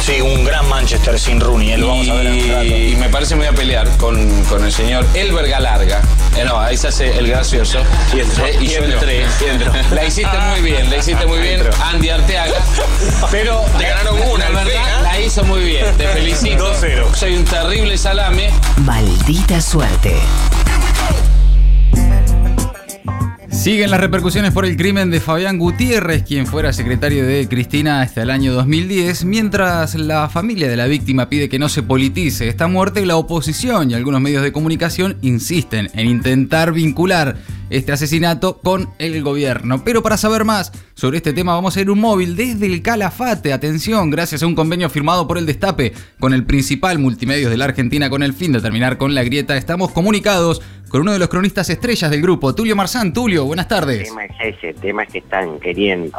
Sí, un gran Manchester sin Rooney, eh, lo vamos a ver en un rato. Y me parece me voy a pelear con, con el señor El Verga Larga. Eh, no, ahí se hace el gracioso. Y entró, Eh, y yo y entró, entré. y entró. La hiciste muy bien, la hiciste muy bien, Entró. Andy Arteaga. Pero Te ganaron una, la al fin, verdad, ¿eh? la hizo muy bien. Te felicito. 2-0. Soy un terrible salame. Maldita suerte. Siguen las repercusiones por el crimen de Fabián Gutiérrez, quien fuera secretario de Cristina hasta el año 2010, mientras la familia de la víctima pide que no se politice esta muerte, la oposición y algunos medios de comunicación insisten en intentar vincular este asesinato con el gobierno. Pero para saber más sobre este tema vamos a ir un móvil desde el Calafate, atención, gracias a un convenio firmado por el Destape con el principal multimedios de la Argentina con el fin de terminar con la grieta, estamos comunicados con uno de los cronistas estrellas del grupo, Tulio Marzán. Tulio, buenas El tardes. tema es ese, el tema es que están queriendo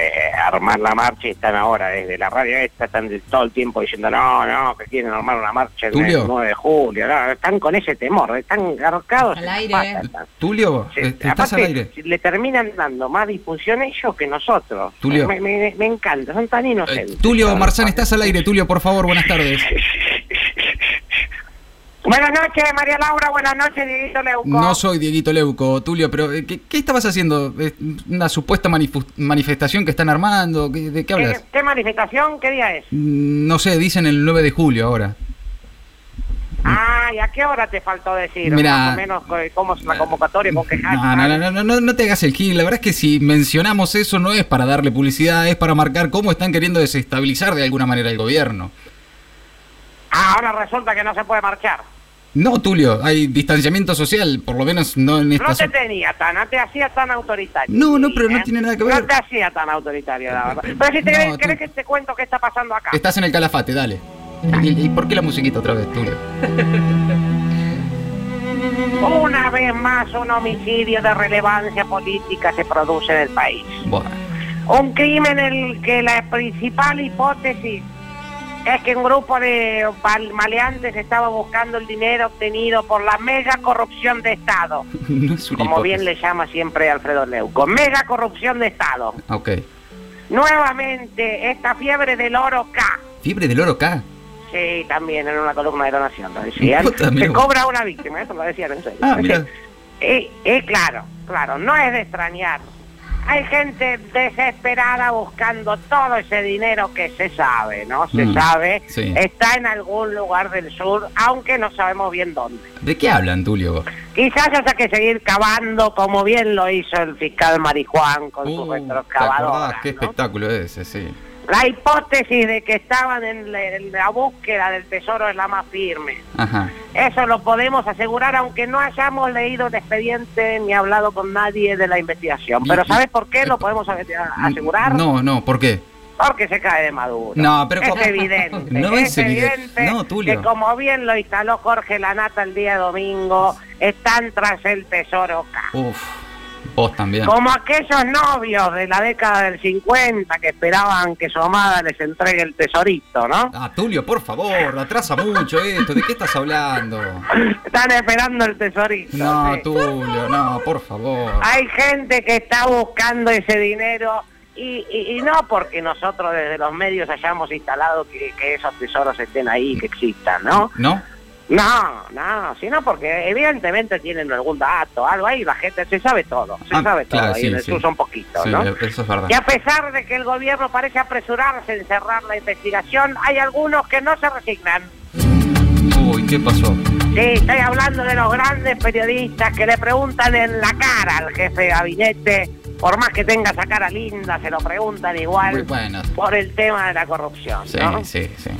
eh, armar la marcha y están ahora desde la radio esta, están de- todo el tiempo diciendo no, no, que quieren armar una marcha el Tulio. 9 de julio, no, están con ese temor, están garcados. Al en las aire. eh. patas, están. Tulio, Se- eh, estás al aparte, aire. le terminan dando más difusión ellos que nosotros. Tulio. Me, me- me encanta, son tan Eh, inocentes. Tulio Son- Marzán, estás al aire. Tulio, por favor, buenas tardes. Buenas noches, María Laura, buenas noches, Dieguito Leuco. No soy Dieguito Leuco, Tulio, pero eh, ¿qué, qué estabas haciendo? Eh, ¿Una supuesta manifu- manifestación que están armando? ¿Qué- ¿De qué ¿Qué, hablas? Eh, ¿Qué manifestación? ¿Qué día es? Mm, No sé, dicen el 9 de julio ahora. Ah, ¿y a qué hora te faltó decir? Mirá. Más o menos eh, cómo es la convocatoria, con qué No, no, no, no, no, no te hagas el gil. La verdad es que si mencionamos eso no es para darle publicidad, es para marcar cómo están queriendo desestabilizar de alguna manera el gobierno. Ah, ahora resulta que no se puede marchar. No, Tulio, hay distanciamiento social, por lo menos no en esta No te zo- tenía tan, no te hacía tan autoritario. ¿eh? No, no, pero no tiene nada que ver. No te hacía tan autoritario, la verdad. Pero si te No, crees, tú- crees que te cuento qué está pasando acá. Estás en el calafate, dale. ¿Y, y por qué la musiquita otra vez, Tulio? Una vez más, un homicidio de relevancia política se produce en el país. Buah. Un crimen en el que la principal hipótesis es que un grupo de val- maleantes estaba buscando el dinero obtenido por la mega corrupción de Estado. No es una Como bien hipótesis. le llama siempre Alfredo Leuco. Mega corrupción de Estado. Ah, Ok. Nuevamente, esta fiebre del oro K. Fiebre del oro K. Sí, también en una columna de donación, lo decían. Puta, Se amigo. cobra una víctima, eso lo decían en serio. Ah, mira. Y, y claro, claro, no es de extrañar. Hay gente desesperada buscando todo ese dinero que se sabe, ¿no? Se Mm, sabe, sí. está en algún lugar del sur, aunque no sabemos bien dónde. ¿De qué hablan, Tulio? vos? Quizás haya que seguir cavando, como bien lo hizo el fiscal Marijuán con su Uh, ¿Te retrocavadora. acordás? Qué ¿no? espectáculo ese, sí. La hipótesis de que estaban en la, en la búsqueda del tesoro es la más firme. Ajá. Eso lo podemos asegurar aunque no hayamos leído el expediente ni hablado con nadie de la investigación. Pero Y- ¿sabes por qué lo eh, podemos a- a- asegurar? No, no, ¿por qué? Porque se cae de Maduro. No, pero ¿cómo? es evidente. No es evidente. No, Tulio. que como bien lo instaló Jorge Lanata el día domingo, están tras el tesoro K. Uf. Vos también. Como aquellos novios de la década del 50 que esperaban que su amada les entregue el tesorito, ¿no? Ah, Tulio, por favor, atrasa mucho esto. ¿De qué estás hablando? Están esperando el tesorito. No, sí. Tulio, no, por favor. Hay gente que está buscando ese dinero y, y- y no porque nosotros desde los medios hayamos instalado que, que esos tesoros estén ahí, que existan, ¿no? ¿No? No, no, sino porque evidentemente tienen algún dato, algo ahí, la gente se sabe todo, se Ah, sabe claro, todo, sí, y en el sí. sur son poquitos, Sí, eh, ¿no? eso es verdad. Que a pesar de que el gobierno parece apresurarse en cerrar la investigación, hay algunos que no se resignan. Uy, ¿qué pasó? Sí, estoy hablando de los grandes periodistas que le preguntan en la cara al jefe de gabinete, por más que tenga esa cara linda, se lo preguntan Muy igual bueno. por el tema de la corrupción. Sí, ¿no? sí, sí.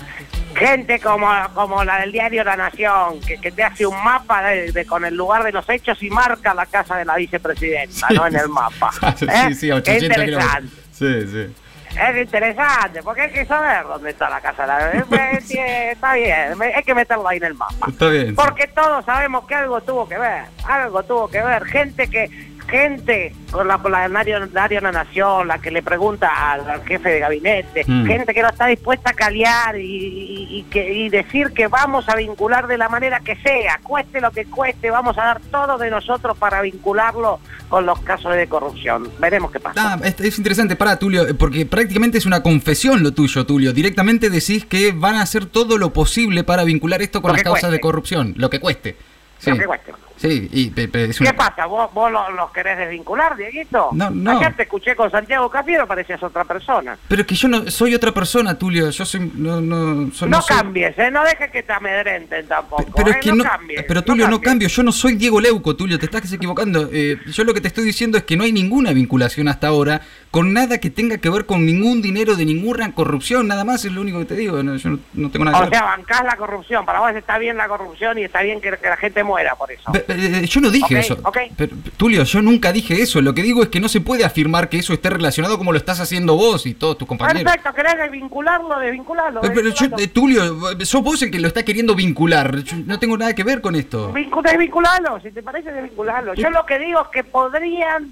Gente como, como la del diario La Nación, que, que te hace un mapa de, de- con el lugar de los hechos y marca la casa de la vicepresidenta, ¿no? En el mapa. ¿eh? sí, sí, a Es 800 interesante. kilómetros. Sí, sí. Es interesante, porque hay que saber dónde está la casa. de La... eh, eh, Está bien, me- hay que meterlo ahí en el mapa. Está bien. sí. Porque todos sabemos que algo tuvo que ver, algo tuvo que ver. Gente que gente con la planetaria de la Nación, la que le pregunta al, al jefe de gabinete, Mm. gente que no está dispuesta a caliar y, y- y que, y decir que vamos a vincular de la manera que sea, cueste lo que cueste, vamos a dar todo de nosotros para vincularlo con los casos de corrupción. Veremos qué pasa. Ah, es, es interesante, para Tulio, eh, porque prácticamente es una confesión lo tuyo, Tulio. Directamente decís que van a hacer todo lo posible para vincular esto con Lo las que causas de cueste. corrupción, lo que cueste. Sí, Lo que cueste. sí y, pe- pe- es ¿Qué una- pasa? ¿Vos, vos lo- los, querés desvincular, Dieguito? No, no. Ayer te escuché con Santiago Cafiero, parecías otra persona. Pero que yo no soy otra persona, Tulio. Yo soy. No, no, so- No, soy- cambies, ¿eh? no dejes que te amedrenten tampoco. Pero es ¿eh? que no, no, cambies. pero Tulio, no, cambies. cambio. Yo no soy Diego Leuco, Tulio, te estás equivocando. Eh, yo lo que te estoy diciendo es que no hay ninguna vinculación hasta ahora con nada que tenga que ver con ningún dinero de ninguna corrupción, nada más es lo único que te digo. No, yo no, no tengo nada que O ver. sea, bancás la corrupción. Para vos está bien la corrupción y está bien que, que la gente muera por eso. Pe- pe- eh, Yo no dije Ok, eso. ok. Pero, Tulio, yo nunca dije eso. Lo que digo es que no se puede afirmar que eso esté relacionado como lo estás haciendo vos y todos tus compañeros. Perfecto, querés desvincularlo, desvincularlo. Pero, pero yo, desvincularlo. eh, Tulio, eh, sos vos el que lo está queriendo vincular. Yo no tengo nada que ver con esto. Vincu- Desvincularlo, si te parece desvincularlo. Yo lo que digo es que podrían,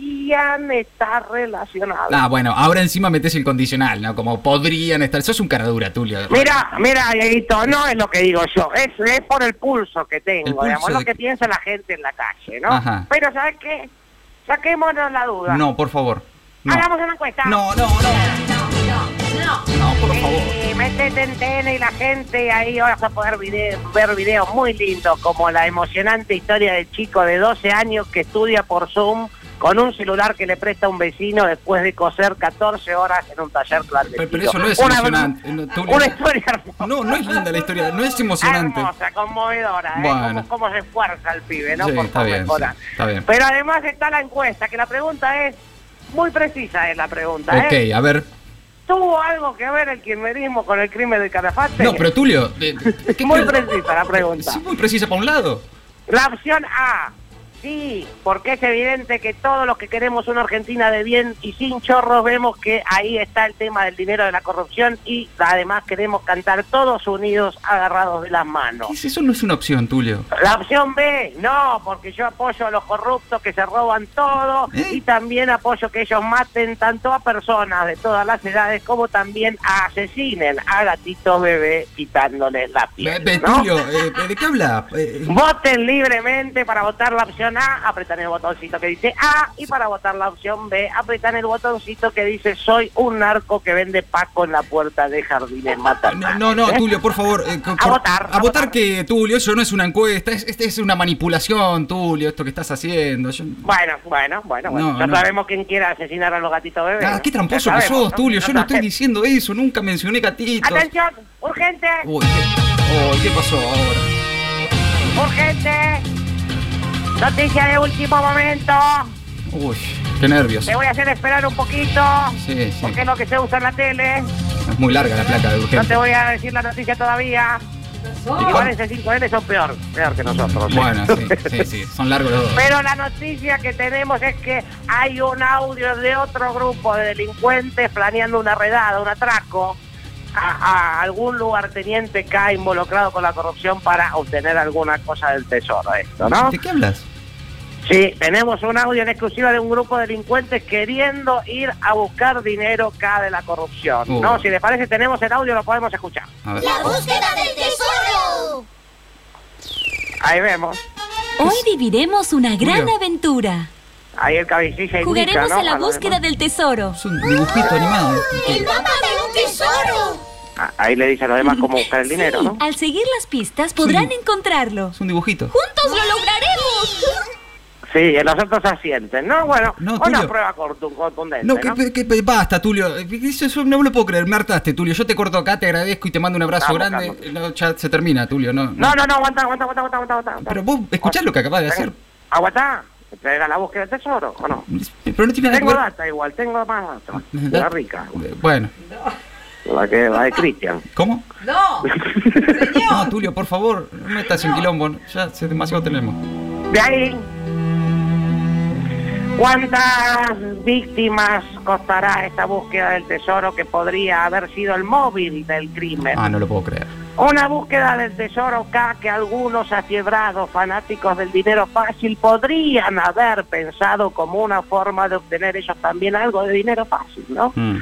podrían estar relacionados. Ah, bueno, ahora encima metes el condicional, ¿no? Como podrían estar. Sos un caradura, Tulio. Mira, mira, Dieguito, no es lo que digo yo, es, es por el pulso que El tengo, pulso digamos, lo de- que piensa la gente en la calle, ¿no? Ajá. Pero ¿sabes qué? Saquémonos la duda. No, por favor. No. Hagamos una encuesta. no, no, no. No, por favor. Eh, Métete en TN y la gente, ahí vas a poder vide- ver videos muy lindos, como la emocionante historia del chico de 12 años que estudia por Zoom con un celular que le presta un vecino después de coser 14 horas en un taller clandestino. Pero, pero eso no es Una- emocionante. No, Tulio. Una historia hermosa. No, no es linda la historia, no es emocionante. Hermosa, conmovedora, ¿eh? Bueno. Cómo- Cómo, se esfuerza el pibe, ¿no? Sí, Por está bien, mejorar. sí, está bien. Pero además está la encuesta, que la pregunta es muy precisa, es la pregunta, ¿eh? Ok, a ver. ¿Tuvo algo que ver el kirchnerismo con el crimen del Calafate? No, pero Tulio. eh, ¿qué Muy crees? precisa la pregunta. Sí, muy precisa para un lado. La opción A, sí, porque es evidente que todos los que queremos una Argentina de bien y sin chorros vemos que ahí está el tema del dinero de la corrupción y además queremos cantar todos unidos agarrados de las manos. ¿Qué es Eso no es una opción, Tulio. La opción B, no, porque yo apoyo a los corruptos que se roban todo ¿Eh? y también apoyo que ellos maten tanto a personas de todas las edades como también asesinen a gatitos bebé quitándoles la Eh, piel. eh, ¿no? Tulio, eh, eh, ¿de qué habla? Eh, Voten libremente para votar la opción A, apretan el botoncito que dice A y para votar la opción B, apretan el botoncito que dice soy un narco que vende paco en la puerta de jardines no, maternales. no, no, ¿Eh? Tulio, por favor. eh, co- A cor- votar, A a votar votar. que, Tulio, eso no es una encuesta, es, este es una manipulación, Tulio, esto que estás haciendo. Yo- Bueno, bueno, bueno, bueno. No, ya no. sabemos quién quiere asesinar a los gatitos bebés. Ah, ¿no? qué tramposo Ya que sabemos, sos, Tulio. Yo no estoy Entonces, diciendo eso, nunca mencioné gatitos. Atención, urgente, Uy, ¿qué, uy, ¿qué pasó ahora? urgente. Noticia de último momento. Uy, qué nervios. Te voy a hacer esperar un poquito. Sí, sí. Porque es lo que se usa en la tele. Es muy larga la placa de No te urgencia. voy a decir la noticia todavía. Igual ese 5N son peor, peor que nosotros. ¿eh? Bueno, sí, sí, sí, son largos los dos. Pero la noticia que tenemos es que hay un audio de otro grupo de delincuentes planeando una redada, un atraco a, a algún lugarteniente que ha involucrado con la corrupción para obtener alguna cosa del tesoro. Esto, ¿no? ¿De qué hablas? Sí, tenemos un audio en exclusiva de un grupo de delincuentes queriendo ir a buscar dinero acá de la corrupción. Uh. No, si les parece tenemos el audio lo podemos escuchar. A ver. oh, ¡La búsqueda del tesoro! Ahí vemos. Hoy viviremos una gran Julio. aventura. Ahí el cabecilla indica, Jugaremos ¿no? a la lo búsqueda demás. del tesoro. Es un dibujito animado. ¡El mapa de un tesoro! Ah, Ahí le dice a los demás cómo buscar el dinero, Sí, ¿no? Al seguir las pistas podrán Sí. encontrarlo. Es un dibujito. ¡Juntos lo lograremos! Sí, y los otros asienten, ¿no? Bueno, No, una Tulio. prueba cortu- contundente, No, ¿no? que, que- que- basta, Tulio. Eso, eso no me lo puedo creer. Me hartaste, Tulio. Yo te corto acá, te agradezco y te mando un abrazo Vamos, grande. No, ya se termina, Tulio. No, No, no, no, aguanta, aguanta, aguanta, aguanta, aguanta. aguanta. Pero vos escuchás lo que acabas de Tengo- hacer. Aguanta, entrega la búsqueda del tesoro, ¿o no? Pero no tiene nada que Tengo ver. data igual, tengo más Ah, data. La rica, Eh, Bueno, la, que, la de Cristian. ¿cómo? No, No, Tulio, por favor, no metas en quilombo. Ya se- demasiado tenemos. De ahí, ¿cuántas víctimas costará esta búsqueda del tesoro que podría haber sido el móvil del crimen? Ah, no lo puedo creer. Una búsqueda del tesoro K que algunos afiebrados fanáticos del dinero fácil podrían haber pensado como una forma de obtener ellos también algo de dinero fácil, ¿no? Mm.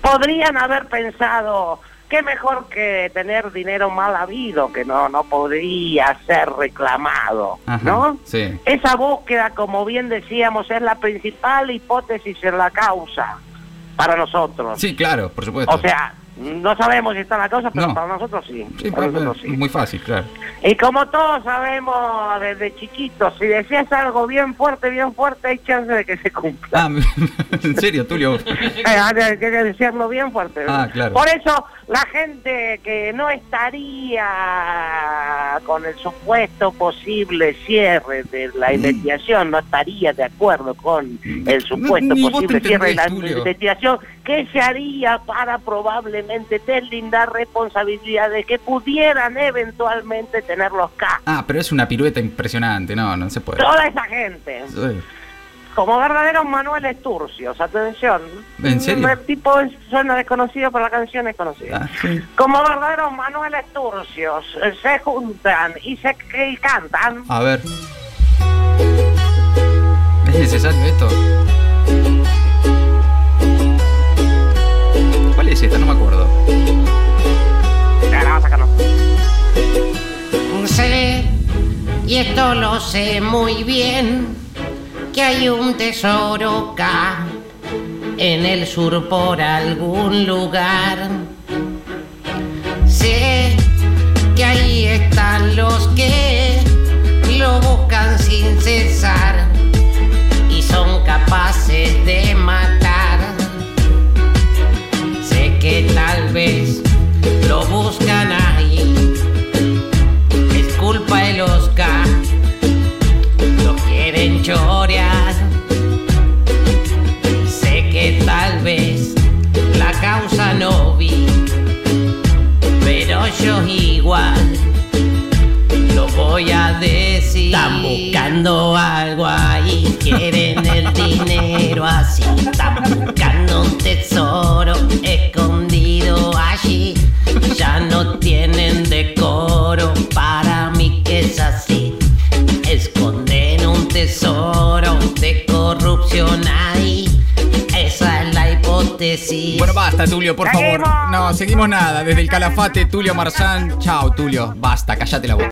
Podrían haber pensado, qué mejor que tener dinero mal habido, que no, no podría ser reclamado, Ajá, ¿no? Sí. Esa búsqueda, como bien decíamos, es la principal hipótesis en la causa para nosotros. Sí, claro, por supuesto. O sea, no sabemos si está en la causa, pero No. para nosotros sí. Sí, para pa- pa- nosotros sí. muy fácil, claro. Y como todos sabemos desde chiquitos, si decías algo bien fuerte, bien fuerte, hay chance de que se cumpla. Ah, en serio, Tulio. Eh, Hay que decirlo bien fuerte. Ah, claro. Por eso la gente que no estaría con el supuesto posible cierre de Mm. la investigación, no estaría de acuerdo con el supuesto Ni vos te posible cierre de la entendés, Tulio. investigación, ¿qué se haría para probablemente deslindar responsabilidades que pudieran eventualmente tener los K? Ah, pero es una pirueta impresionante. No, no se puede. Toda esa gente. Sí. Como verdaderos Manuel Turcios, atención. ¿En serio? El tipo es- suena desconocido, pero la canción es conocida. Ah, sí. Como verdaderos Manuel Turcios, eh, se juntan y se c- y cantan. A ver. ¿Es necesario esto? ¿Cuál es esta? No me acuerdo. Ya, la vas a sacar, no. Sé, y esto lo sé muy bien, que hay un tesoro acá, en el sur por algún lugar. Sé que ahí están los que lo buscan sin cesar y son capaces de matar. Sé que tal vez lo buscan ahí es culpa de los K. Lo quieren chorear. Sé que tal vez la causa no vi, pero yo igual lo voy a decir. Están buscando algo ahí, quieren el dinero así. Están buscando un tesoro escondido allí. Ya no tienen decoro, para mí que es así. Esconden un tesoro de corrupción ahí. Esa es la hipótesis. Bueno, basta, Tulio, por favor. Seguimos. No, seguimos nada. Desde el Calafate, Tulio Marzán. Chao, Tulio. Basta, cállate la boca.